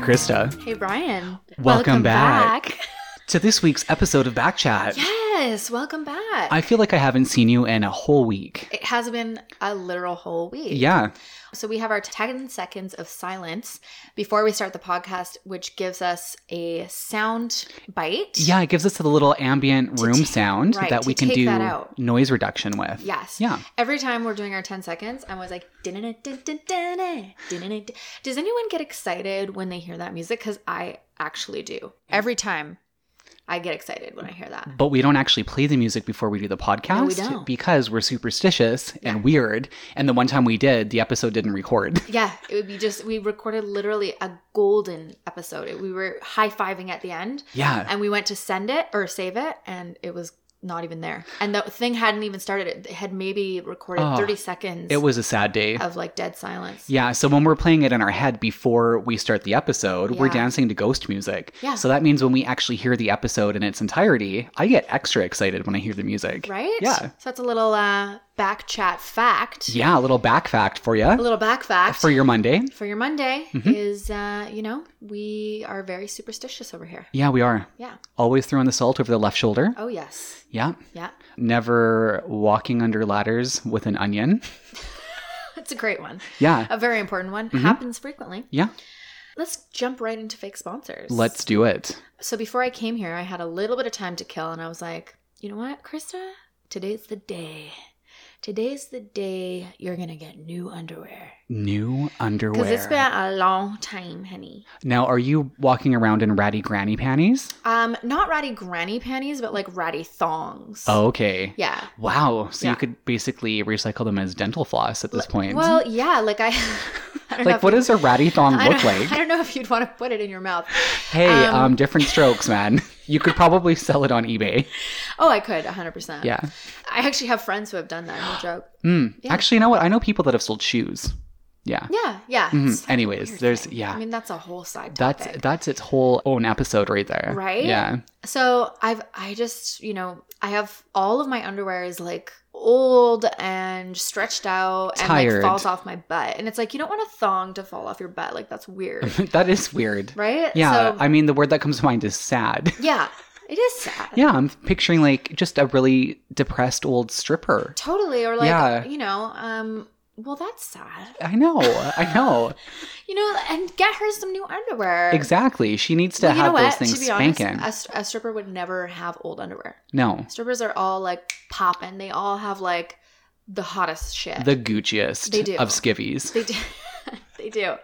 Krista. Hey, Brian. Welcome back. To this week's episode of Backchat. yes, welcome back. I feel like I haven't seen you in a whole week. it has been a literal whole week. Yeah. So we have our 10 seconds of silence before we start the podcast, which gives us a sound bite. Yeah, it gives us a little ambient To room ta- sound right, that to we can take do that out. noise reduction with. Yes. Yeah. Every time we're doing our 10 seconds, I'm always like, "Dun-dun-dun, dun-dun-dun, dun-dun-dun, dun-dun-dun." does anyone get excited when they hear that music? Because I actually do. Every time I get excited when I hear that. But we don't actually play the music before we do the podcast don't. because we're superstitious Yeah. and weird. And the one time we did, the episode didn't record. Yeah, it would be just we recorded literally a golden episode. It- We were high fiving at the end, Yeah. and we went to send it or save it, and it was not even there. And the thing hadn't even started. It had maybe recorded Oh, thirty seconds It was a sad day. of like dead silence. Yeah, so when we're playing it in our head before we start the episode, we're Yeah. dancing to ghost music. Yeah. So that means when we actually hear the episode in its entirety, I get extra excited when I hear the music. Right. Yeah. So that's a little uh, back chat fact. Yeah, a little back fact for A you little back fact for your Monday. for your Monday Mhm. is uh, you know we are very superstitious over here. Yeah, we are. Yeah. Always throwing the salt over the left shoulder. Oh yes. Yeah. Yeah. Never walking under ladders with an onion. It's a great one. Yeah. A very important Mm-hmm. one. Happens frequently. Yeah. Let's jump right into fake sponsors. Let's do it. So before I came here, I had a little bit of time to kill, and I was like, you know what, Krista? Today's the day. Today's the day you're gonna get new underwear. New underwear. Because it's been a long time, honey. now, are you walking around in ratty granny panties? Um, not ratty granny panties, but like ratty thongs. Oh, okay. yeah. Wow. So Yeah. you could basically recycle them as dental floss at this point. Well, yeah. Like I, I don't know like, if what you- does a ratty thong I don't- look like? I don't know if you'd want to put it in your mouth. Hey, um, um, different strokes, man. You could probably sell it on eBay. Oh, I could, 100%. Yeah. I actually have friends who have done that. No joke. Hmm. Yeah. Actually, you know what? I know people that have sold shoes. Yeah. Yeah, yeah. Mhm. It's such a Anyways, weird there's- thing. yeah. I mean, that's a whole side That's topic. that's its whole own episode right there. Right? Yeah. So I've I just you know I have all of my underwear is like old and stretched out and Tired. like falls off my butt and it's like you don't want a thong to fall off your butt like that's weird that is weird. right Yeah. so, I mean, the word that comes to mind is sad. yeah it is sad yeah, I'm picturing like just a really depressed old stripper. totally or like Yeah. you know um well that's sad I know. I know. you know and get her some new underwear exactly. She needs to Well, you have know those what? things to be honest, spanking. a st- a stripper would never have old underwear. no. Strippers are all like popping. They all have like the hottest shit. The Gucciest They do. of skivvies. they do. they do.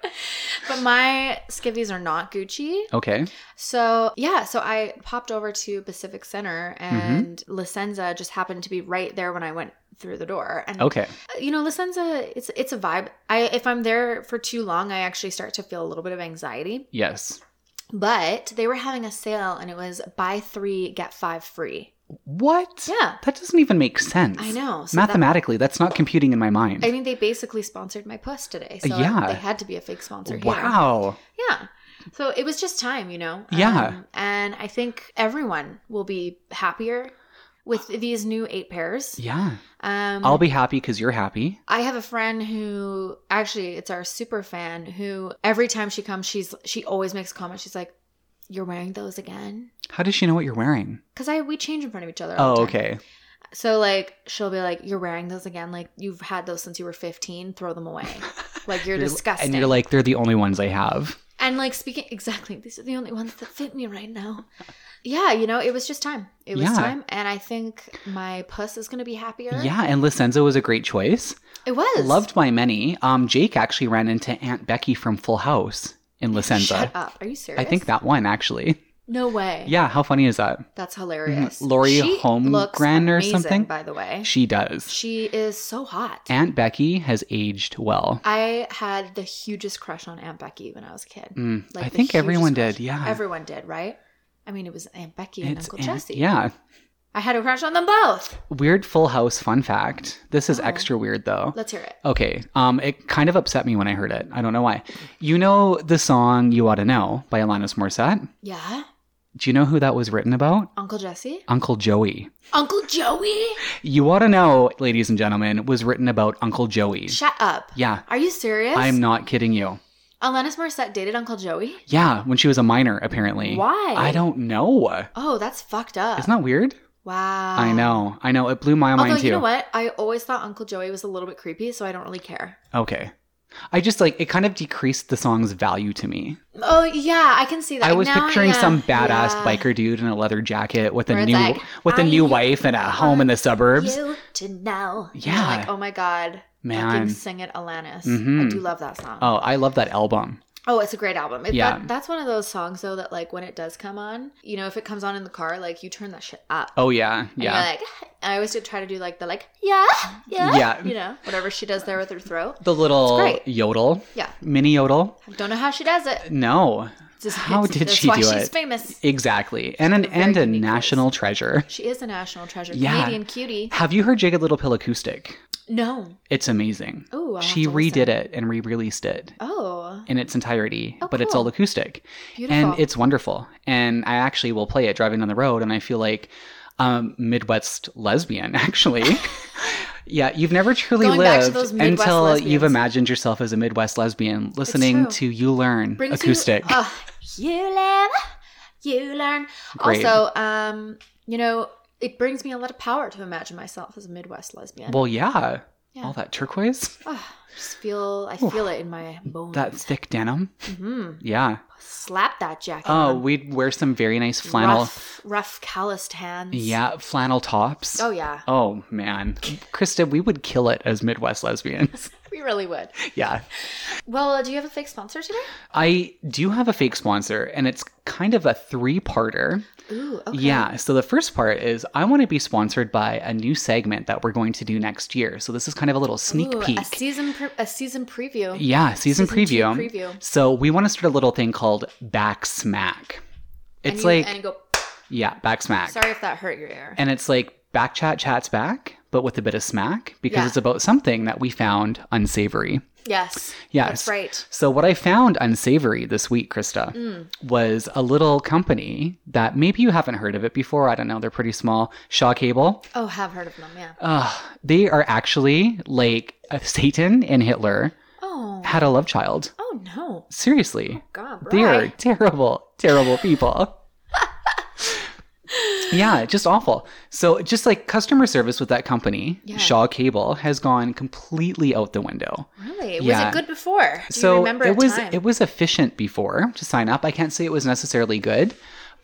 But my skivvies are not Gucci. Okay. So, yeah, so I popped over to Pacific Center Mm-hmm. and Licenza just happened to be right there when I went through the door. And uh, Okay. you know, Licenza it's it's a vibe. I if I'm there for too long, I actually start to feel a little bit of anxiety. Yes. But they were having a sale and it was buy 3 get 5 free. What? Yeah. That doesn't even make sense. I know. So that- Mathematically, that's not computing in my mind. I mean, they basically sponsored my puss today. So Yeah. they had to be a fake sponsor here. wow. Yeah. So it was just time, you know? Yeah. Um, and I think everyone will be happier with these new eight pairs. Yeah. Um, I'll be happy because you're happy. I have a friend who actually it's our super fan who every time she comes she's she always makes comments she's like you're wearing those again How does she know what you're wearing? cuz I we change in front of each other all the Oh, time. okay. So like she'll be like you're wearing those again like you've had those since you were 15 throw them away like you're, disgusting And you're like, they're the only ones I have. And like speaking exactly, these are the only ones that fit me right now. Yeah, you know, it was just time. It was Yeah. time, and I think my puss is gonna be happier. Yeah, and Licenzo was a great choice. it was Loved by many. Um, Jake actually ran into Aunt Becky from Full House in Licenza. Shut up! Are you I serious? think that one actually. No way. Yeah, how funny is that? that's hilarious. Lori She looks Holmgren or amazing, something? By the way, She does. she is so hot. Aunt Becky has aged well. I had the hugest crush on Aunt Becky when I was a kid. Mm, I the think everyone hugest did. crush. Yeah. everyone did, right? I mean, it was Aunt Becky and Uncle Aunt- Jesse. Yeah. I had a crush on them both. Weird Full House fun fact. This is Oh. extra weird though. Let's hear it. Okay. Um, it kind of upset me when I heard it. I don't know why. You know the song "You Oughta Know" by Alanis Morissette. Yeah, Do you know who that was written about? Uncle Jesse, Uncle Joey. Uncle Joey. You oughta know, ladies and gentlemen, was written about Uncle Joey. Shut up. Yeah, Are you serious? I'm not kidding you. Alanis Morissette dated Uncle Joey? Yeah, when she was a minor, apparently. Why? I don't know. Oh, that's fucked up. Isn't that weird? wow. I know. I know. It blew my uh, Although mind too. you know what, I always thought Uncle Joey was a little bit creepy, so I don't really care. Okay. I just like it kind of decreased the song's value to me. Oh yeah, I can see that. I was Now- picturing yeah, some badass yeah. biker dude in a leather jacket with a Where it's new like, with "I a new am wife and a home in the suburbs. You to know. And Yeah. I'm Like, oh my god. Man. Fucking sing it, Alanis. I Mhm. do love that song. Oh, I love that album. Oh, it's a great album. It, Yeah. that, that's one of those songs though that like when it does come on, you know, if it comes on in the car, like you turn that shit up. Oh yeah, And you're yeah. like, I always do try to do like the like yeah yeah Yeah. you know whatever she does there with her throat. The little It's great. yodel, Yeah, mini yodel. I don't know how she does it. No, It's just- How it's- did that's she why do she's it? famous. exactly, and an a very and a unique voice. national treasure. She is a national treasure. Yeah. Canadian cutie. Have you heard Jagged Little Pill acoustic? No. It's amazing. Oh, I'll have she to listen. redid it and re-released it Oh, in its entirety, Oh, but it's cool. all acoustic. beautiful. and it's wonderful and i actually will play it driving down the road and i feel like um midwest lesbian actually yeah you've never truly Going back to lived those Midwest until lesbians. you've imagined yourself as a midwest lesbian listening true. to you learn Brings you- acoustic oh, you live, you learn. Great. Also, um, you know, it brings me a lot of power to imagine myself as a Midwest lesbian. well yeah. Yeah. all that turquoise Ah, I just feel I Oof. feel it in my bones. that thick denim hmm yeah Slap that jacket. oh on. we'd wear some very nice flannel rough, rough calloused hands. yeah flannel tops Oh yeah, Oh, man, Krista, we would kill it as Midwest lesbians. we really would. yeah, Well, uh, do you have a fake sponsor today? I do have a fake sponsor, and it's kind of a three parter. Ooh, okay. Yeah. So the first part is I want to be sponsored by a new segment that we're going to do next year. So this is kind of a little sneak Ooh, peek. A season, pre- a season preview. yeah, season, Season two preview. preview. So we want to start a little thing called Back Smack. And It's you- like, and you go. yeah, Back Smack. Sorry if that hurt your ear. And it's like Back Chat Chats Back, but with a bit of smack because Yeah. it's about something that we found unsavory. yes. Yes. That's right. So what I found unsavory this week, Krista, Mm. was a little company that maybe you haven't heard of it before. I don't know. They're pretty small. Shaw Cable. Oh, have heard of them, yeah. Ugh, they are actually like uh, Satan and Hitler Oh, had a love child. oh no, Seriously, God, they are right? terrible, terrible people. yeah, just awful. So just like customer service with that company, Yeah. Shaw Cable has gone completely out the window. really? Yeah. Was it good before? Do so you remember it a was time? it was efficient before to sign up. I can't say it was necessarily good,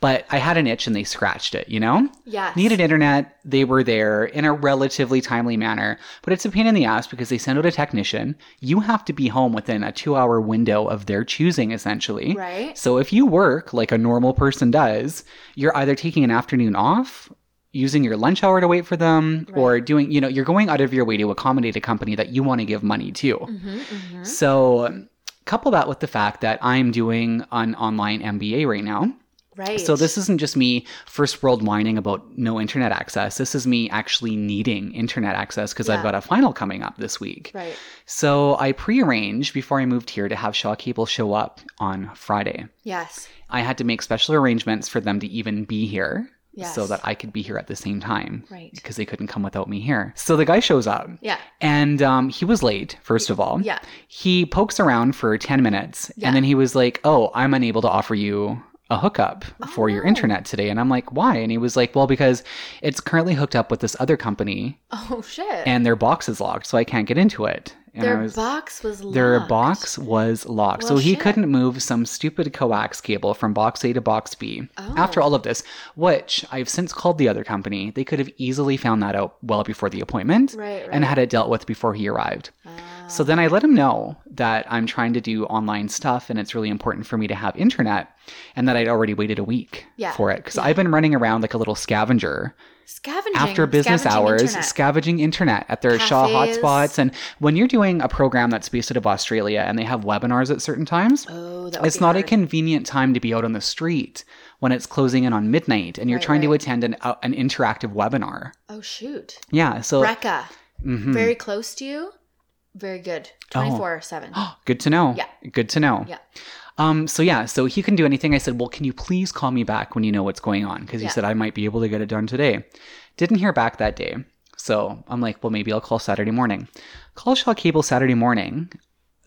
but I had an itch and they scratched it, you know? yes. Needed internet, they were there in a relatively timely manner, but it's a pain in the ass because they send out a technician. You have to be home within a 2-hour window of their choosing essentially. right? So if you work like a normal person does, you're either taking an afternoon off, using your lunch hour to wait for them, or doing, you know, you're going out of your way to accommodate a company that you want to give money to. hmm hmm So, um, couple that with the fact that I'm doing an online MBA right now. Right. So, this isn't just me first world whining about no internet access. This is me actually needing internet access because Yeah. I've got a final coming up this week. right. So, I pre arranged before I moved here to have Shaw Cable show up on Friday. Yes. I had to make special arrangements for them to even be here Yes. so that I could be here at the same time Right. because they couldn't come without me here. So, the guy shows up Yeah. and um, he was late, first of all Yeah. he pokes around for 10 minutes Yeah. and then he was like, Oh, I'm unable to offer you a hookup for your no. internet today. And I'm like, Why? And he was like, Well, because it's currently hooked up with this other company Oh shit. and their box is locked, so I can't get into it. And their I was. box was locked. Their box was locked, so Well, he shit. couldn't move some stupid coax cable from box A to box B. Oh. After all of this, which I've since called the other company, they could have easily found that out well before the appointment Right. Right. and had it dealt with before he arrived. Ah. So then I let him know that I'm trying to do online stuff and it's really important for me to have internet and that I'd already waited a week Yeah, for it because yeah. I've been running around like a little scavenger scavenging after business scavenging hours, internet. scavenging internet at their Shaw Cafes. hotspots. And when you're doing a program that's based out of Australia and they have webinars at certain times, oh, that would it's be not a hard. convenient time to be out on the street when it's closing in on midnight and you're Right, trying to right. attend an, uh, an interactive webinar. Oh shoot. Yeah, so Recca, mhm. very close to you. Very good. Oh. Twenty four seven. Good to know. Yeah. Good to know. Yeah. Um, so yeah, so he can do anything. I said, well, can you please call me back when you know what's going on? Because he Yeah. said I might be able to get it done today. Didn't hear back that day. So I'm like, well, maybe I'll call Saturday morning. Call Shaw Cable Saturday morning.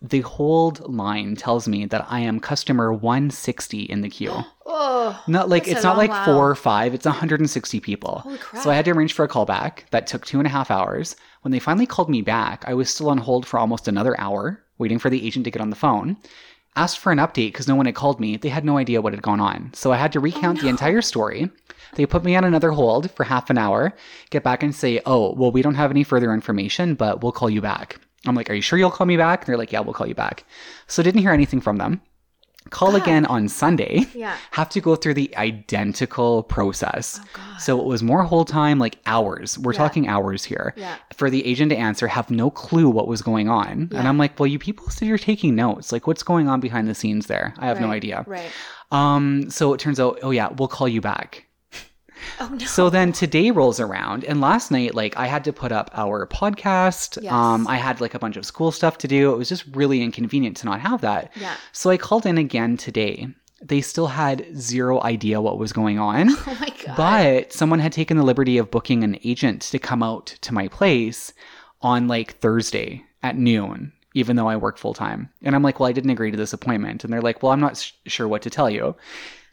the hold line tells me that I am customer 160 in the queue. Oh, Not like That's it's a not long like while. four or five, it's 160 people. holy crap. So I had to arrange for a callback that took two and a half hours. When they finally called me back, I was still on hold for almost another hour, waiting for the agent to get on the phone. Asked for an update because no one had called me. They had no idea what had gone on. So I had to recount the no. entire story. They put me on another hold for half an hour, get back and say, Oh, well, we don't have any further information, but we'll call you back. I'm like, Are you sure you'll call me back? And they're like, Yeah, we'll call you back. So didn't hear anything from them. Call God. again on Sunday. yeah. Have to go through the identical process. Oh god. So it was more whole time, like hours. We're Yeah. talking hours here. yeah. For the agent to answer, have no clue what was going on. And Yeah. I'm like, well, you people said you're taking notes. Like, what's going on behind the scenes there? I have no Right, idea. Right. Um, so it turns out, oh, yeah, we'll call you back. Oh no. So then today rolls around, and last night, like, I had to put up our podcast. Yes. Um, I had like a bunch of school stuff to do. It was just really inconvenient to not have that. yeah. So I called in again today. They still had zero idea what was going on. Oh my god. But someone had taken the liberty of booking an agent to come out to my place on like Thursday at noon, even though I work full time. And I'm like, well, I didn't agree to this appointment. And they're like, well, I'm not sh- sure what to tell you.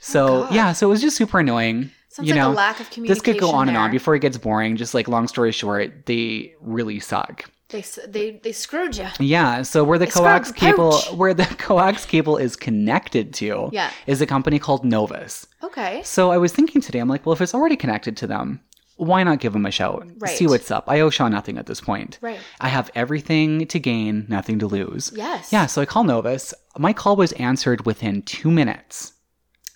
So, Oh God. yeah, so it was just super annoying. Sounds you like know, a lack of This communication. could go on and on there. before it gets boring. Just like, long story short, they really suck. They s- they they screwed you. Yeah, so where the It's coax called cable, pouch. where the coax cable is connected to, Yeah. is a company called Novus. Okay. So I was thinking today, I'm like, well, if it's already connected to them, why not give them a shout? Right. See what's up. I owe Shaw nothing at this point. Right. I have everything to gain, nothing to lose. Yes. Yeah, so I call Novus. My call was answered within two minutes.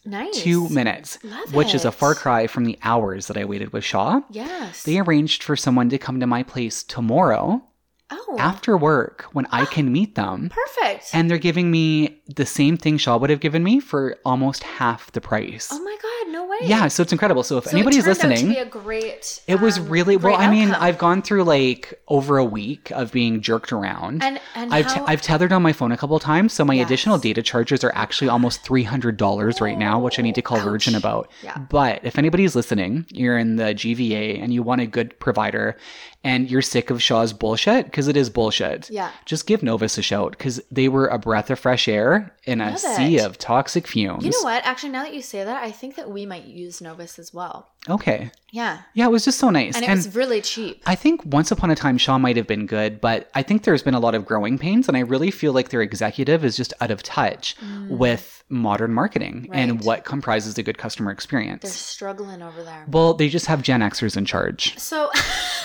Nice. Two minutes. Love Which is a it. far cry from the hours that I waited with Shaw. Yes. They arranged for someone to come to my place tomorrow oh. after work when I can meet them. perfect. And they're giving me the same thing Shaw would have given me for almost half the price. oh my god. No way. Yeah, so it's incredible. So if So anybody's it turned out listening, to be a great. it was um, really well. great I mean, outcome. I've gone through like over a week of being jerked around. and and I've, how, te- I've tethered on my phone a couple of times, so my Yes. additional data charges are actually almost three hundred dollars right now, which I need to call Ouch. Virgin about. Yeah. But if anybody's listening, you're in the GVA and you want a good provider, and you're sick of Shaw's bullshit because it is bullshit. yeah. Just give Novus a shout because they were a breath of fresh air in a Love sea it. of toxic fumes. You know what? Actually, now that you say that, I think that we might use Novus as well. Okay, Yeah. yeah, it was just so nice. And it was really cheap. I think once upon a time Shaw might have been good, but I think there's been a lot of growing pains, and I really feel like their executive is just out of touch Mm. with modern marketing and Right. what comprises a good customer They're experience. struggling over there. Well, they just have Gen Xers in charge. So,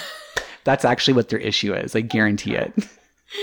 That's actually what their issue is. I guarantee it.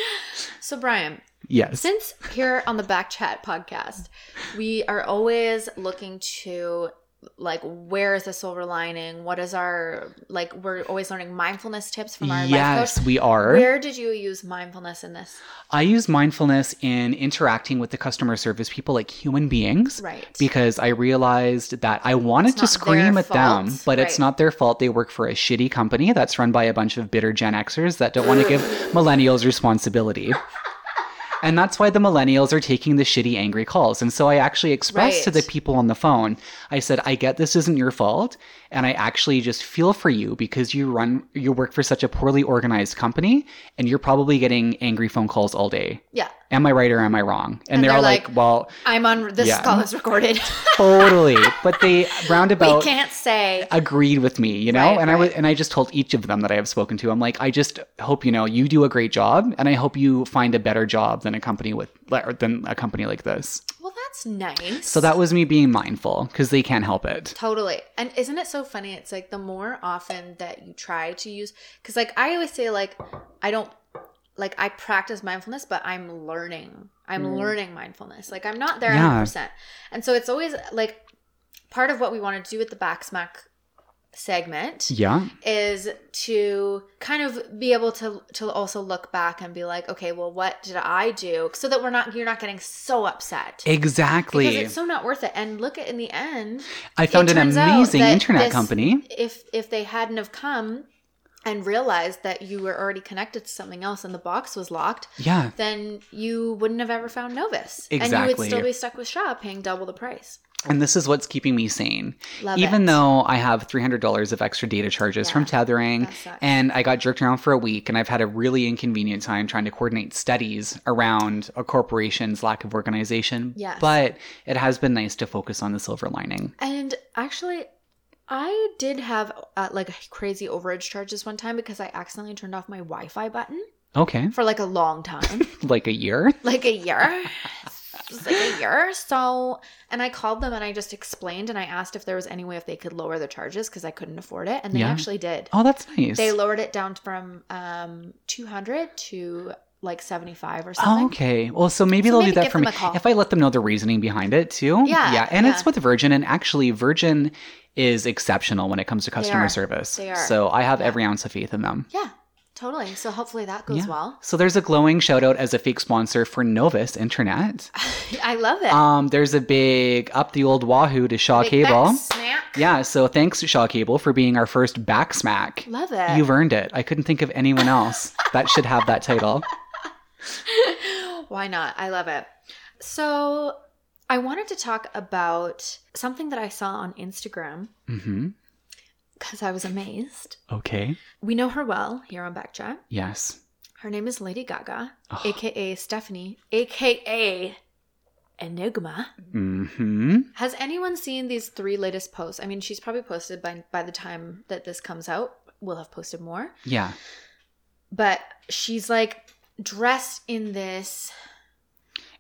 so Brian, Yes. since here on the Back Chat podcast, we are always looking to like where is the silver lining? What is our like? We're always learning mindfulness tips from our life Yes, coach. we are. Where did you use mindfulness in this? I use mindfulness in interacting with the customer service people like human beings. Right. because I realized that I wanted It's to not scream their at them, fault, but it's right. not their fault. They work for a shitty company that's run by a bunch of bitter Gen Xers that don't want to give millennials responsibility. And that's why the millennials are taking the shitty, angry calls. And so I actually expressed to the Right. people on the phone, I said, I get this isn't your fault. And I actually just feel for you because you run, you work for such a poorly organized company and you're probably getting angry phone calls all day. yeah, Am I right or am I wrong? And, And they're, they're all like, like, well, I'm on. This Yeah. call is recorded. totally. But they we roundabout can't say. agreed with me, you know? Right, and I was right. and I just told each of them that I have spoken to. I'm like, I just hope you know you do a great job and I hope you find a better job than a company with or than a company like this. Well, that's nice. So that was me being mindful cuz they can't help it. Totally. And isn't it so funny? It's like the more often that you try to use, because like I always say, like, I don't, like, I practice mindfulness, but I'm learning. I'm Mm. learning mindfulness. Like, I'm not there Yeah. 100%. And so it's always like part of what we want to do with the back smack segment Yeah. is to kind of be able to to also look back and be like okay well what did i do so that we're not you're not getting so upset because Exactly. it's so not worth it and look at in the end I found it an turns out amazing that internet this- company. if if they hadn't have come and realized that you were already connected to something else and the box was locked Yeah. then you wouldn't have ever found novus and you Exactly. would still be stuck with shaw paying double the price And this is what's keeping me sane. Love Even it. though I have $300 of extra data charges Yeah. from tethering That sucks. and I got jerked around for a week and I've had a really inconvenient time trying to coordinate studies around a corporation's lack of organization. Yes. But it has been nice to focus on the silver lining. And actually, I did have uh, like crazy overage charges one time because I accidentally turned off my Wi Fi button Okay. for like a long time, Like a year. like a year. It was like a year. So, and I called them and I just explained and I asked if there was any way if they could lower the charges because I couldn't afford it. And they Yeah. actually did. Oh, that's nice. They lowered it down from um, 200 to like 75 or something. Oh, okay. Well, so maybe So they'll maybe do that give for them me a call. if I let them know the reasoning behind it too. Yeah, yeah. And it's yeah. with Virgin, and actually, Virgin is exceptional when it comes to customer are. service. They are. So I have Yeah. every ounce of faith in them. Yeah, totally. So hopefully that goes Yeah. well. So there's a glowing shout out as a fake sponsor for Novus Internet. I love it. Um, there's a big up the old wahoo to Shaw Big Cable. back Snack. Yeah. So thanks to Shaw Cable for being our first back smack. Love it. You've earned it. I couldn't think of anyone else that should have that title. Why not? I love it. So, I wanted to talk about something that I saw on Instagram Mm-hmm. because I was amazed. Okay. We know her well here on Backchat. Yes. Her name is Lady Gaga, Oh. aka Stephanie, aka Enigma. Mm-hmm. Has anyone seen these three latest posts? I mean, she's probably posted by by the time that this comes out, we'll have posted more. Yeah. But she's like dressed in this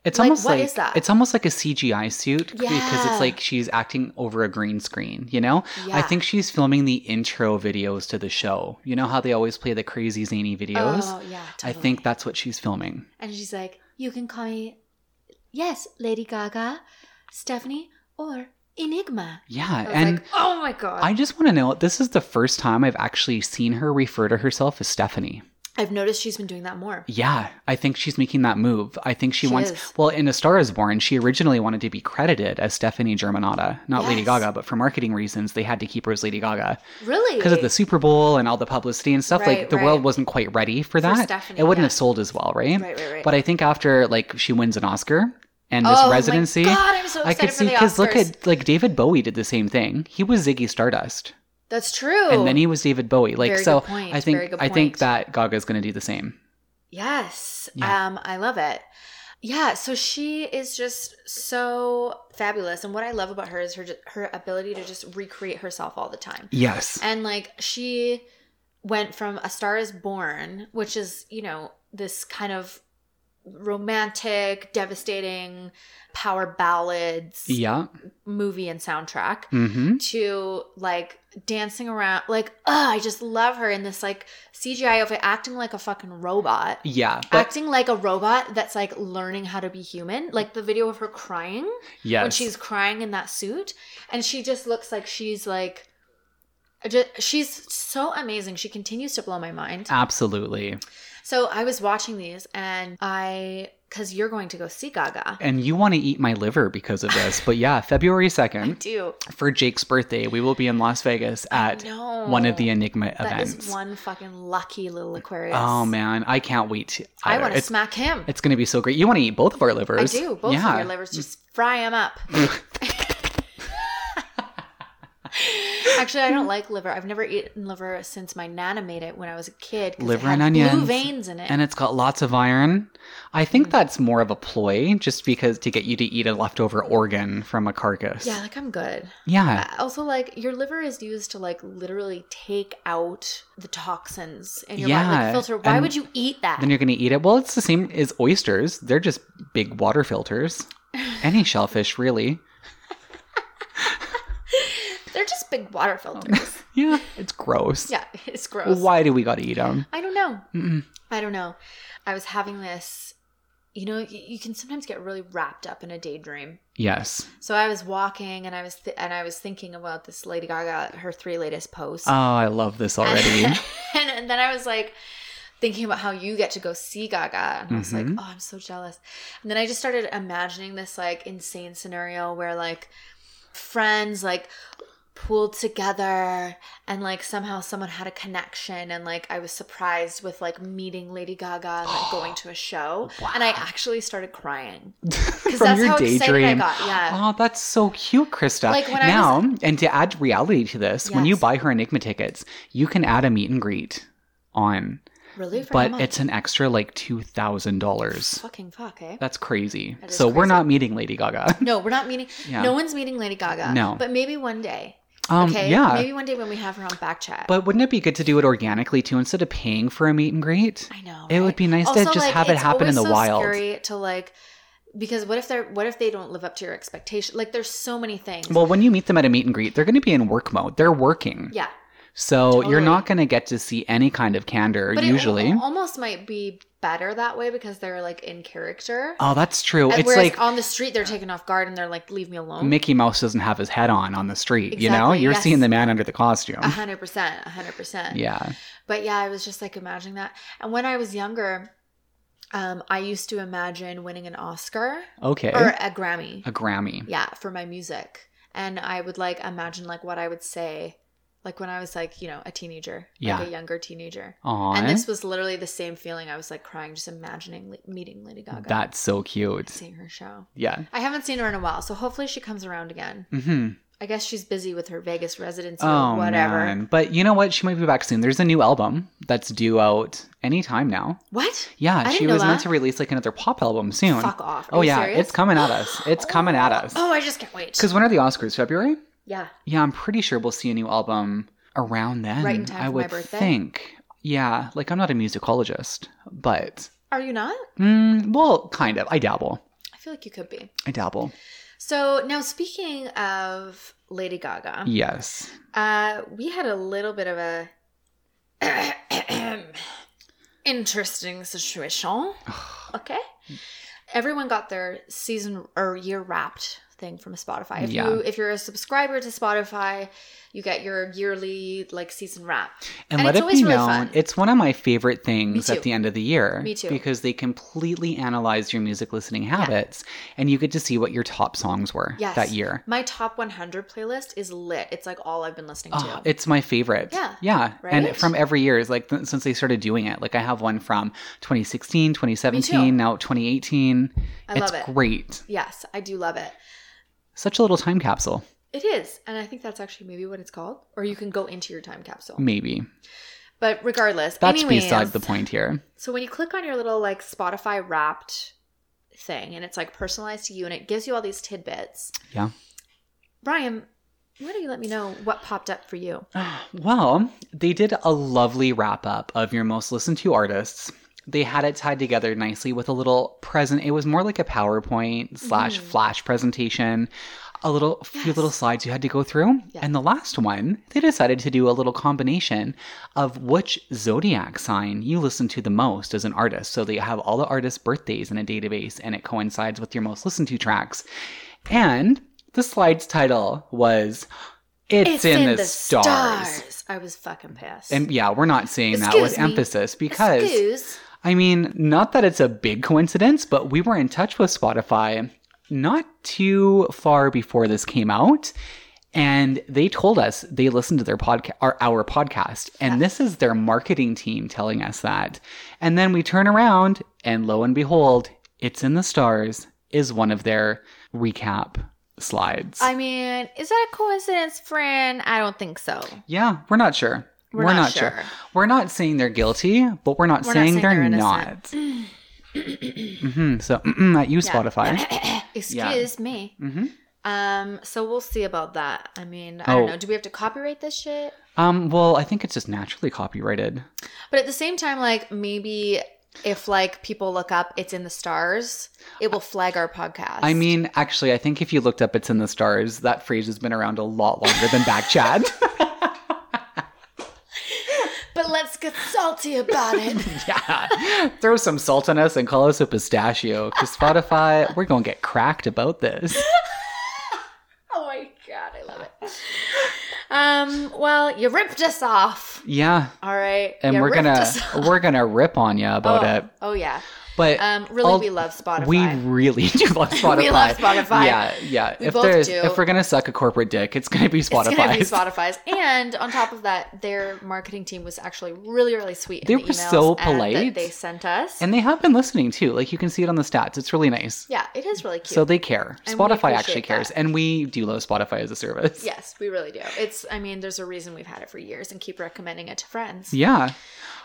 It's Like, almost what like is that? it's almost like a CGI suit because Yeah. it's like she's acting over a green screen, you know? yeah. I think she's filming the intro videos to the show. You know how they always play the crazy zany videos? Oh, yeah. I Totally. think that's what she's filming. And she's like, You can call me, yes, Lady Gaga, Stephanie, or Enigma. I Yeah, was and like, Oh my God. I just want to know this is the first time I've actually seen her refer to herself as Stephanie. I've noticed she's been doing that more. Yeah, I think she's making that move. I think she, She wants is. well, in A Star is Born, she originally wanted to be credited as Stephanie Germanotta, not Lady Yes. Gaga, but for marketing reasons they had to keep her as Lady Gaga. Really? because of the Super Bowl and all the publicity and stuff, Right, like the right. world wasn't quite ready for that. Stephanie, it wouldn't yeah. have sold as well, right? Right, right, right. But I think after like she wins an Oscar and this Oh my residency, God, I'm so I excited could see for the because look Oscars. at like David Bowie did the same thing. He was Ziggy Stardust, That's true. and then he was David Bowie. Like Oh. Very so, good point, I very think good I think point. that Gaga's going to do the same. Yes. Yeah. Um, I love it. Yeah, so she is just so fabulous and what I love about her is her her ability to just recreate herself all the time. Yes. And like she went from A Star is Born, which is, you know, this kind of romantic, devastating power ballads yeah. movie and soundtrack Mm-hmm. to like dancing around like ugh, I just love her in this like CGI of it acting like a fucking robot. Yeah. But acting like a robot that's like learning how to be human. Like the video of her crying yes. when she's crying in that suit and she just looks like she's like ju- she's so amazing she continues to blow my mind absolutely. so i was watching these and i because you're going to go see gaga And you want to eat my liver because of this, but yeah, February i second do for Jake's birthday, we will be in Las Vegas at no one of the Enigma that is events. one fucking lucky little aquarius Oh man, I can't wait. To, i want to it's, smack him it's going to be so great. You want to eat both of our i livers? do both of your livers just fry him up Actually, I don't like liver. I've never eaten liver since my nana made it when I was a kid. 'cause it Liver had and onions. blue veins in it. And it's got lots of iron. I Mm. think that's more of a ploy, just because to get you to eat a leftover organ from a carcass. yeah, like I'm good. Yeah. Uh, Also, like your liver is used to like literally take out the toxins in your body, Yeah, like filter. Why and would you eat that? Then you're going to eat it. Well, it's the same as oysters. They're just big water filters. Any shellfish, really. They're just big water filters. Yeah, it's gross. yeah, it's gross. Why do we got to eat them? I don't know. Mm-mm. I don't know. I was having this. You know, y- you can sometimes get really wrapped up in a daydream. Yes. So I was walking and I was th- and I was thinking about this Lady Gaga, her three latest posts. Oh, I love this already. and, and then I was like thinking about how you get to go see Gaga. And I was Mhm. like, oh, I'm so jealous. And then I just started imagining this like insane scenario where like friends like pooled together and like somehow someone had a connection and like I was surprised with like meeting Lady Gaga and like going to a show and I Wow. actually started crying From because that's your how excited I daydream. got. Yeah. Oh, that's so cute, Krista. Like, when I now, and to add reality to this, when you Yes. buy her Enigma tickets, you can add a meet and greet on, Really? For how but much? it's an extra like $2,000. fucking fuck, eh? That's crazy. That is So we're crazy. not meeting Lady Gaga. No, we're not meeting. yeah. No one's meeting Lady Gaga. No. But maybe one day. um, Okay. yeah. Maybe one day when we have her on back chat. But wouldn't it be good to do it organically too instead of paying for a meet and greet? I know. It would right? be nice to just have it it's happen in the always so wild. Scary to like, because what if they're what if they don't live up to your expectation? Like, there's so many things. Well, when you meet them at a meet and greet, they're going to be in work mode. They're working. yeah, So you're Totally. not going to get to see any kind of candor but usually. it al- almost might be better that way because they're like in character. oh, that's true. And It's whereas like on the street they're taking off guard and they're like, leave me alone. Mickey Mouse doesn't have his head on on the street, you know? Exactly, You're yes. Uh-huh. seeing the man under the costume. a hundred percent, a hundred percent. Yeah. But yeah, I was just like imagining that. And when I was younger, um, I used to imagine winning an Oscar Okay. or a Grammy. a Grammy. yeah for my music and i would like imagine like what i would say like when i was like you know a teenager Yeah. like a younger teenager Aw. and this was literally the same feeling i was like crying just imagining li- meeting lady gaga That's so cute. seeing her show Yeah. i haven't seen her in a while so hopefully she comes around again hmm i guess she's busy with her vegas residency Oh, or whatever man. But you know what? She might be back soon. There's a new album that's due out anytime now. what Yeah, she I didn't know was meant that. to release like another pop album soon. fuck off Are Oh you yeah, serious? it's coming at us. It's coming at us. oh i just can't wait Because when are the Oscars? February? yeah Yeah, I'm pretty sure we'll see a new album around then. Right in time I for my would birthday? think. Yeah, like I'm not a musicologist, but are you not mm, well, kind of. I dabble. i feel like you could be I dabble. so now speaking of lady gaga Yes. Uh, we had a little bit of a interesting situation. Oh. Okay. Everyone got their season or year wrapped thing from Spotify. If Yeah. you if you're a subscriber to Spotify, you get your yearly like season wrap. And, And let it's it be always really known, fun. it's one of my favorite things too. at the end of the year. Me too. Because they completely analyze your music listening habits and you get to see what your top songs were Yes. that year. My top 100 playlist is lit. It's like all I've been listening to. Oh, it's my favorite. Yeah. Yeah. And Right? from every year is like th- since they started doing it. Like I have one from 2016, 2017, now 2018. I it's love it. great. Yes, I do love it. Such a little time capsule, It is, and I think that's actually maybe what it's called. Or you can go into your time capsule. maybe. But regardless, That's anyways, beside the point here. So when you click on your little like Spotify wrapped thing and it's like personalized to you and it gives you all these tidbits. Yeah. Brian, why don't you let me know what popped up for you? Well, they did a lovely wrap up of your most listened to artists. They had it tied together nicely with a little present. It was more like a PowerPoint slash Mhm. flash presentation. A little few Yes. little slides you had to go through. Yeah. And the last one, they decided to do a little combination of which zodiac sign you listen to the most as an artist. So they have all the artists' birthdays in a database and it coincides with your most listened to tracks. And the slide's title was It's, in, the, stars. I was fucking pissed. And yeah, we're not saying that Excuse with me. emphasis because Excuse. I mean, not that it's a big coincidence, but we were in touch with Spotify not too far before this came out. And they told us they listened to their podcast, our, our podcast, and this is their marketing team telling us that. And then we turn around, and lo and behold, "It's in the Stars" is one of their recap slides. I mean, is that a coincidence, friend? I don't think so. yeah, we're not sure. We're, not, sure. We're not saying they're guilty, but we're not, We're not saying, saying they're, they're not. innocent. hmm So, at you, Yeah. Spotify. Excuse me. hmm Um, so we'll see about that. I mean, I Oh. don't know. Do we have to copyright this shit? Um, well, I think it's just naturally copyrighted. But at the same time, like maybe if like people look up it's in the stars, it will flag our podcast. I mean, actually, I think if you looked up It's in the Stars, that phrase has been around a lot longer than back chat. but let's get salty about it. yeah. Throw some salt on us and call us a pistachio. Because Spotify, we're going to get cracked about this. oh my god, I love it. Um, well, you ripped us off. Yeah. All right. And You we're ripped gonna us off. we're gonna rip on you about oh, it. Oh yeah. But Um, really, I'll- we love Spotify. we really do love Spotify. we love Spotify. Yeah, yeah. We if both there's do. if we're gonna suck a corporate dick, it's gonna be Spotify. It's gonna be Spotify's. And on top of that, their marketing team was actually really, really sweet. in They the were emails so and that polite. they sent us. and they have been listening too. Like you can see it on the stats. It's really nice. yeah, it is really cute. So they care. And we Spotify appreciate actually cares, that. and we do love Spotify as a service. yes, we really do. It's. I mean, there's a reason we've had it for years and keep recommending it to friends. Yeah.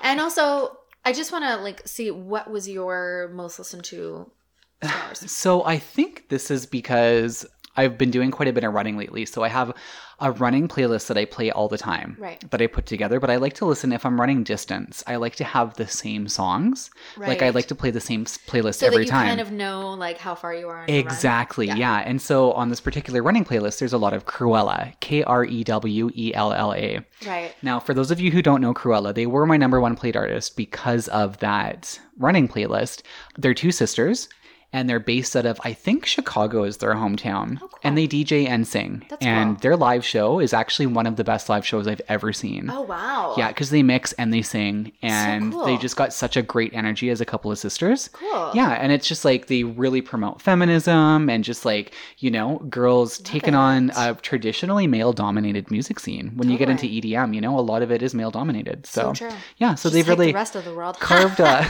And also, I just want to like see what was your most listened to. Stars. So I think this is because I've been doing quite a bit of running lately. So I have a running playlist that I play all the time. Right. That I put together, but I like to listen if I'm running distance. I like to have the same songs. Right. Like I like to play the same s- playlist so every that you time. kind of know like how far you are. on your run. Exactly. Yeah. Yeah. And so on this particular running playlist, there's a lot of Cruella, K R E W E L L A. Right. Now, for those of you who don't know Cruella, they were my number one played artist because of that running playlist. They're two sisters, and they're based out of, I think, Chicago is their hometown. Oh, cool. And they DJ and sing. That's and cool. their live show is actually one of the best live shows I've ever seen. Oh wow. Yeah, because they mix and they sing, and cool. they just got such a great energy as a couple of sisters. Cool. Yeah, and it's just like they really promote feminism and just like, you know, girls taking on it. a traditionally male dominated music scene. When you get into EDM, you know, a lot of it is male dominated. So, So true. yeah, so Just they've like really the rest of the world. carved a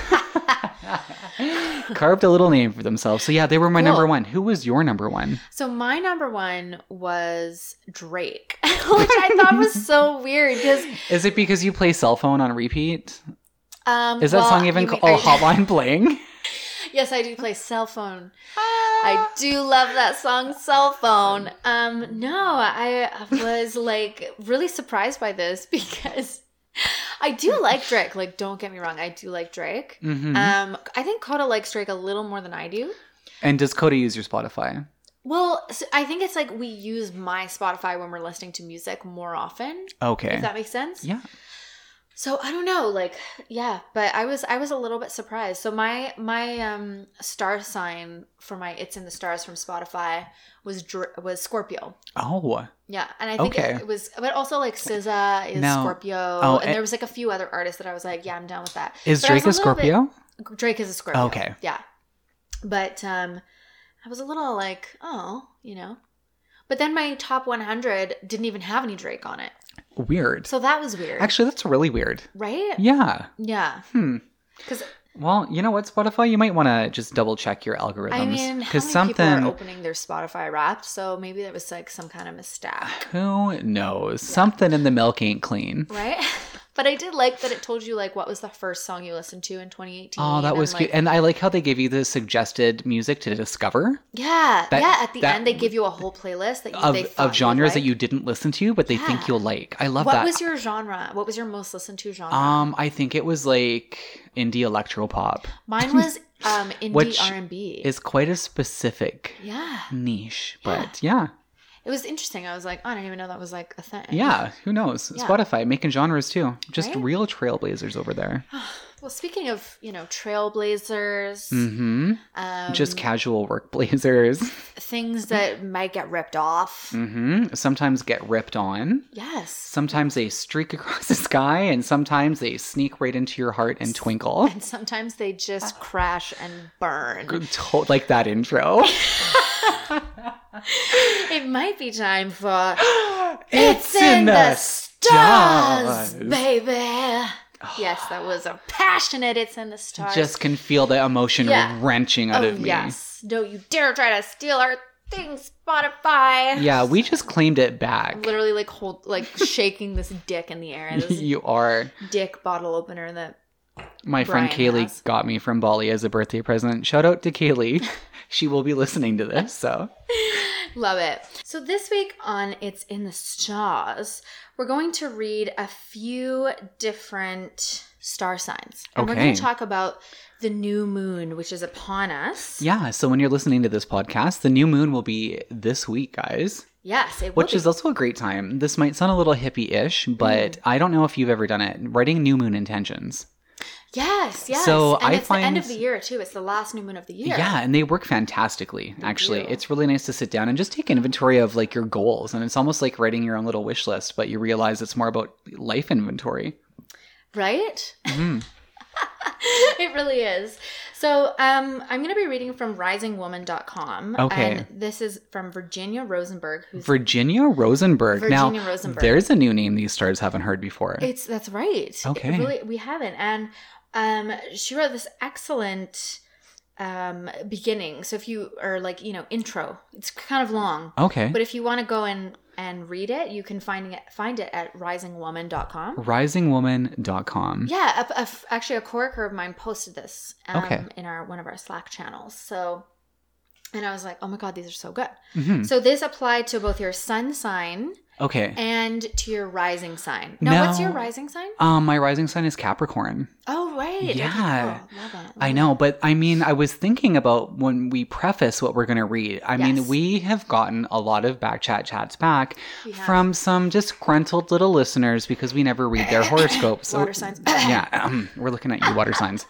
carved a little name for themselves. So yeah, they were my number Cool. one. Who was your number one? So my number one was Drake, which I thought was so weird because Is it because you play cell phone on repeat? um, Is that well, song even you mean- called oh, are you- Hotline Bling? Yes, I do play cell phone. Ah. I do love that song, cell phone. Um, no, I was like really surprised by this because I do like Drake. Like, don't get me wrong, I do like Drake. hmm Um, I think Coda likes Drake a little more than I do. and does Coda use your Spotify? Well, so I think it's like we use my Spotify when we're listening to music more often. Okay. If that makes sense. yeah. So I don't know, like yeah, but I was I was a little bit surprised. So my my um star sign for my it's in the stars from Spotify was Dr- was Scorpio. Oh. Yeah, and I think Okay. it, it was but also like SZA is Now- Scorpio oh, and eh. there was like a few other artists that I was like, yeah, I'm down with that. Is But I was Drake a a little bit- Scorpio? Drake is a Scorpio. Okay. Yeah. But um I was a little like, oh, you know. But then my top 100 didn't even have any Drake on it. Weird. So that was weird. Actually, that's really weird. right? Yeah. Yeah. Hmm. 'Cause- well, you know what, Spotify, you might want to just double check your I algorithms mean, how many something. people are opening their Spotify Wrapped? So maybe that was like some kind of mistake, Who knows? Something in the milk ain't clean. right? but I did like that it told you like what was the first song you listened to in 2018. Oh, that was and, cute. like- And I like how they give you the suggested music to discover yeah, That- yeah. At the that- end, they give you a whole playlist that you, of, they of thought genres that liked. you didn't listen to, but they Yeah. think you'll like. I love what that. was your genre? What was your most listened to genre? um, I think it was like indie electro pop. Mine was um indie Which R and B. It's quite a specific Yeah, niche, Yeah. but yeah. it was interesting. I was like, oh, I didn't even know that was like a thing. Yeah, who knows? Yeah. Spotify making genres too. Just Right? real trailblazers over there. Well, speaking of you know trailblazers, hmm um, Just casual work blazers. things that might get ripped off. hmm Sometimes get ripped on. Yes. Sometimes they streak across the sky, and sometimes they sneak right into your heart and twinkle. And sometimes they just crash and burn. To- like that intro. It might be time for baby. Yes, that was a passionate It's in the Stars. Just can feel the emotion Yeah. wrenching out oh, of me. yes. Don't you dare try to steal our thing, Spotify. Yeah, we just claimed it back. Literally, like hold, like shaking this dick in the air. This you are. dick bottle opener that My friend Brian Kaylee has. got me from Bali as a birthday present. Shout out to Kaylee. she will be listening to this, so. Love it. So this week on It's in the Stars, we're going to read a few different star signs. And we're going Okay. to talk about the new moon, which is upon us. Yeah, so when you're listening to this podcast, the new moon will be this week, guys, Yes, it will which be. is also a great time. This might sound a little hippie ish, but Mm. I don't know if you've ever done it. Writing new moon intentions. yes, yes. So and I it's the end of find- the year too. It's the last new moon of the year. Yeah, and they work fantastically, actually. do. It's really nice to sit down and just take inventory of like your goals. And it's almost like writing your own little wish list, but you realize it's more about life inventory. Right? Mhm. it really is. So um, I'm going to be reading from risingwoman.com. Okay. And this is from Virginia Rosenberg, who's Virginia Rosenberg. now, Virginia Rosenberg. there's a new name these stars haven't heard before. It's that's right. It Okay. really, we haven't, and um, she wrote this excellent um beginning. So if you are like you know intro, it's kind of long, okay. but if you want to go and and read it, you can find it find it at risingwoman.com. Risingwoman.com. Yeah, a, a f actually, a coworker of mine posted this um, Okay. in our one of our Slack channels. So, and I was like, oh my god, these are so good. Mhm. So this applied to both your sun sign Okay. and to your rising sign. Now, what's your Now- rising sign? um, my rising sign is Capricorn. Oh right. Okay, Yeah. cool. Love it. Love I it. know, but I mean, I was thinking about when we preface what we're going to read. I mean, Yes. we have gotten a lot of back chat chats back We have from some disgruntled little listeners because we never read their horoscopes. So- water signs. yeah, um, we're looking at you, water signs.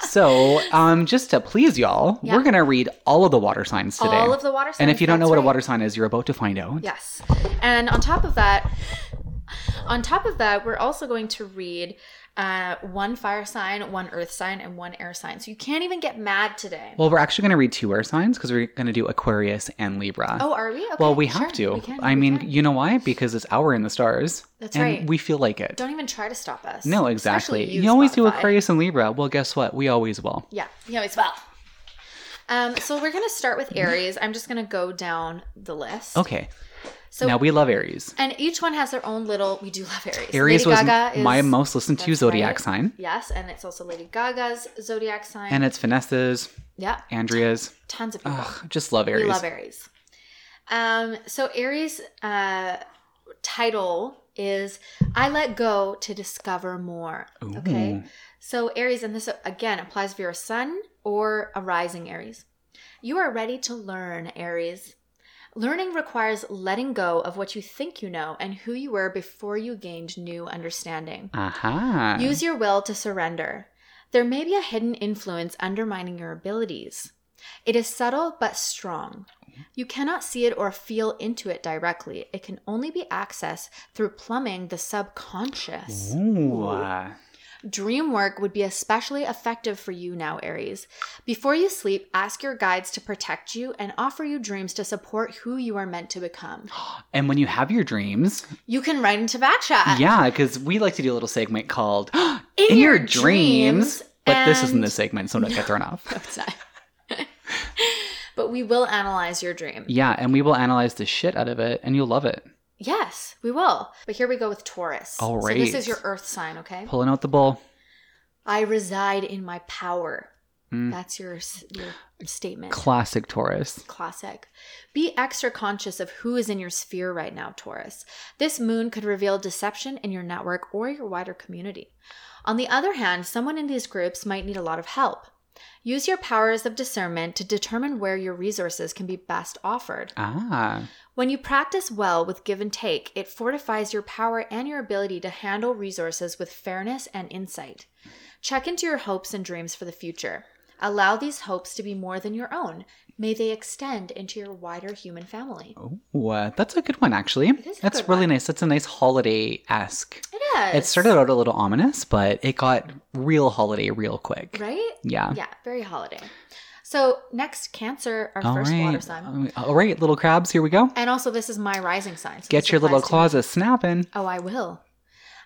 So, um, just to please y'all, Yeah. we're going to read all of the water signs today. All of the water signs. and if you don't know that's what a right. water sign is, you're about to find out. Yes. And on top of that, on top of that, we're also going to read uh, one fire sign, one earth sign, and one air sign. So you can't even get mad today. Well, we're actually going to read two air signs because we're going to do Aquarius and Libra. oh, are we? Okay, well, we sure. have to. We can, I we mean, can. you know why? Because it's our in the stars. That's and right. We feel like it. don't even try to stop us. no, Especially exactly. You, always do Spotify. Aquarius and Libra. Well, guess what? We always will. Yeah, you always will. Um, so we're gonna start with Aries. I'm just gonna go down the list. Okay. So now we love Aries. and each one has their own little. We do love Aries. Aries Lady was Gaga my is- most listened to that's zodiac right. sign, Yes, and it's also Lady Gaga's zodiac sign. and it's Vanessa's, yeah, Andrea's. tons of people. Ugh, just love Aries. We love Aries. Um, so Aries' uh, title is "I Let Go to Discover More." Okay. Ooh. So Aries, and this uh, again applies for your Sun or a rising Aries. You are ready to learn, Aries. Learning requires letting go of what you think you know and who you were before you gained new understanding. Aha. Use your will to surrender. There may be a hidden influence undermining your abilities. It is subtle but strong. You cannot see it or feel into it directly. It can only be accessed through plumbing the subconscious. Ooh. uh, Dream work would be especially effective for you now, Aries. Before you sleep, ask your guides to protect you and offer you dreams to support who you are meant to become. And when you have your dreams, You can write into Backchat. yeah, because we like to do a little segment called In, Your Dreams. But this isn't the segment, so don't get thrown off. No, it's not. but we will analyze your dream. Yeah, and we will analyze the shit out of it, and you'll love it. Yes, we will. But here we go with Taurus. All So this right. is your earth sign, okay? Pulling out the bull. I reside in my power. Mm. That's your, s- your statement. Classic Taurus. Classic. Be extra conscious of who is in your sphere right now, Taurus. This moon could reveal deception in your network or your wider community. On the other hand, someone in these groups might need a lot of help. Use your powers of discernment to determine where your resources can be best offered. Ah. When you practice well with give and take, it fortifies your power and your ability to handle resources with fairness and insight. Check into your hopes and dreams for the future. Allow these hopes to be more than your own. May they extend into your wider human family. Ooh, uh, that's a good one, actually. is a that's good really one. nice. That's a nice holiday esque. It is. It started out a little ominous, but it got real holiday real quick. right. Yeah. Yeah, very holiday. So next, Cancer, our All first water right. sign, Um, All right, little crabs, here we go. and also this is my rising sign. so Get this your little applies to me. claws a snapping. Oh, I will.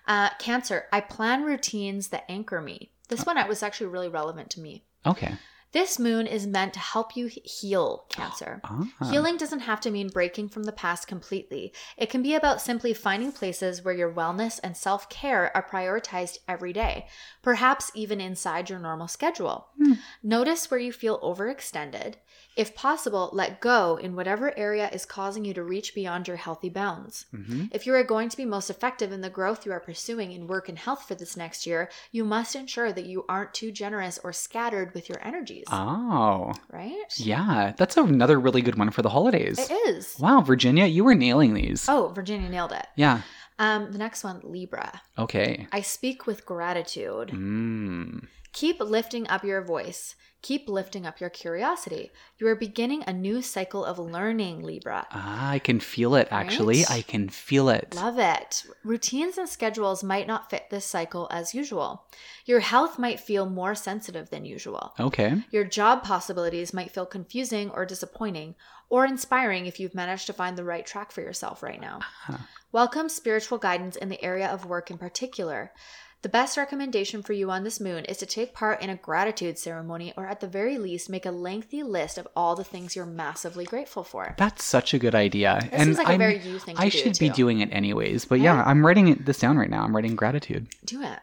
Uh, cancer, I plan routines that anchor me. Oh. This one was actually really relevant to me. Okay. This moon is meant to help you he- heal cancer. Ah. Healing doesn't have to mean breaking from the past completely. It can be about simply finding places where your wellness and self care are prioritized every day, perhaps even inside your normal schedule. Hmm. Notice where you feel overextended. If possible, let go in whatever area is causing you to reach beyond your healthy bounds. Mhm. If you are going to be most effective in the growth you are pursuing in work and health for this next year, you must ensure that you aren't too generous or scattered with your energies. Oh. right? Yeah, that's another really good one for the holidays. It is. Wow, Virginia, you were nailing these. Oh, Virginia nailed it. Yeah. Um, the next one, Libra. Okay. I speak with gratitude. Mm. Keep lifting up your voice. Keep lifting up your curiosity. You are beginning a new cycle of learning, Libra. Ah, I can feel it actually. Right? I can feel it. Love it. Routines and schedules might not fit this cycle as usual. Your health might feel more sensitive than usual. Okay. Your job possibilities might feel confusing or disappointing, or inspiring if you've managed to find the right track for yourself right now. Ah, Welcome spiritual guidance in the area of work in particular. The best recommendation for you on this moon is to take part in a gratitude ceremony or at the very least make a lengthy list of all the things you're massively grateful for. That's such a good idea. This seems like a very you thing to I do, should be too. doing it anyways. But Right? yeah, I'm writing it this down right now. I'm writing gratitude. Do it.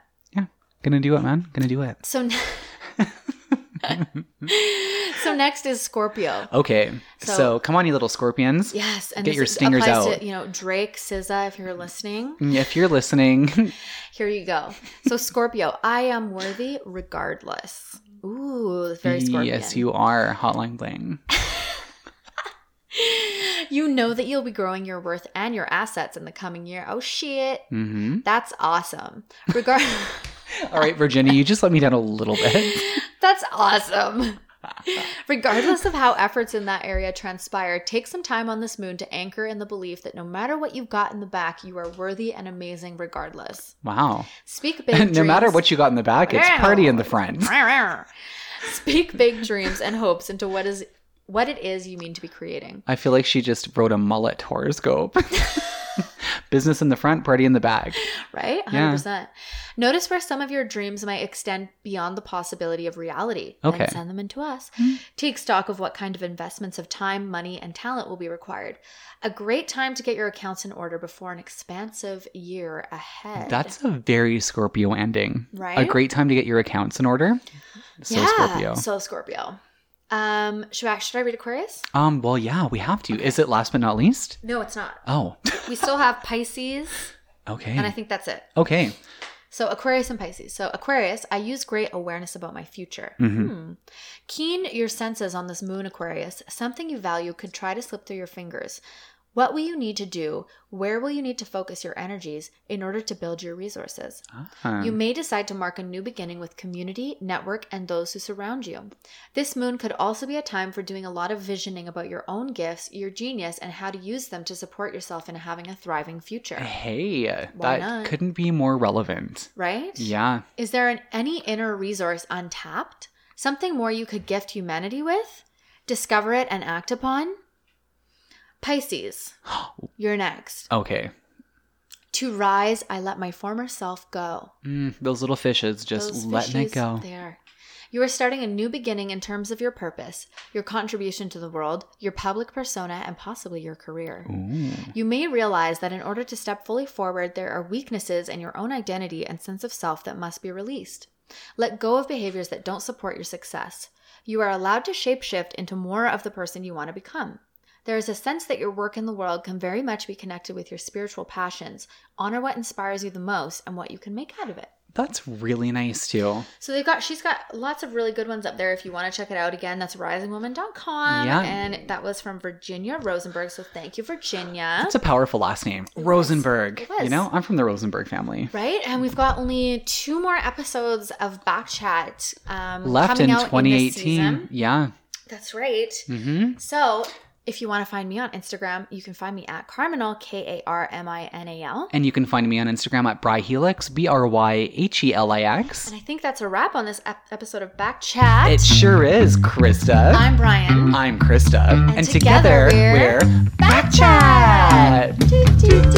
Gonna do it, man. Gonna do it. So, ne- so next is Scorpio. Okay. So, So- come on, you little scorpions. Yes, and Get this your stingers applies out. To, you know, Drake, SZA, if you're listening, If you're listening, here you go. So Scorpio, I am worthy regardless. Ooh, very Scorpio. yes, you are hotline bling. You know that you'll be growing your worth and your assets in the coming year. Oh shit, Mm-hmm. that's awesome. Regard, All right, Virginia, you just let me down a little bit. that's awesome. Regardless of how efforts in that area transpire, take some time on this moon to anchor in the belief that no matter what you've got in the back, you are worthy and amazing regardless. Wow. Speak big. no matter dreams- what you got in the back, it's party in the front. Speak big dreams and hopes into what is what it is you mean to be creating. I feel like she just wrote a mullet horoscope. Business in the front, party in the back. Right? 100%. Notice where some of your dreams might extend beyond the possibility of reality. Okay. Then send them into us. Hmm. Take stock of what kind of investments of time, money, and talent will be required. A great time to get your accounts in order before an expansive year ahead. That's a very Scorpio ending. right. A great time to get your accounts in order. So yeah. Scorpio. So Scorpio. Um, should I, should I read Aquarius? um, well, yeah, we have to. Is it last but not least? No, it's not. Oh, We still have Pisces, okay. and I think that's it. okay. So Aquarius and Pisces. So Aquarius, I use great awareness about my future. Mhm. Hmm. Keen your senses on this moon, Aquarius. Something you value could try to slip through your fingers. What will you need to do? Where will you need to focus your energies in order to build your resources? Ah. You may decide to mark a new beginning with community, network, and those who surround you. This moon could also be a time for doing a lot of visioning about your own gifts, your genius, and how to use them to support yourself in having a thriving future. hey, Why that not? couldn't be more relevant. Right? Yeah. Is there an, any inner resource untapped? Something more you could gift humanity with? Discover it and act upon? Pisces, you're next. Okay. To rise, I let my former self go. Mm, those little fishes just Those letting fishies it go. There. You are starting a new beginning in terms of your purpose, your contribution to the world, your public persona, and possibly your career. Ooh. You may realize that in order to step fully forward, there are weaknesses in your own identity and sense of self that must be released. Let go of behaviors that don't support your success. You are allowed to shapeshift into more of the person you want to become. There is a sense that your work in the world can very much be connected with your spiritual passions. Honor what inspires you the most and what you can make out of it. That's really nice too. So they've got she's got lots of really good ones up there if you want to check it out again. That's risingwoman.com. Yeah. And that was from Virginia Rosenberg. So thank you, Virginia. That's a powerful last name. It was. Rosenberg. It was. You know, I'm from the Rosenberg family. Right, and we've got only two more episodes of Back Chat um, Left in coming out this 2018. season. yeah. That's right. Mm-hmm. So, if you want to find me on Instagram, you can find me at Carminal K A R M I N A L. And you can find me on Instagram at Bryhelix, B R Y H E L I X. And I think that's a wrap on this ep- episode of Back Chat. It sure is, Krista. I'm Brian. I'm Krista. And together we're we're Back Chat. Doo, doo, doo.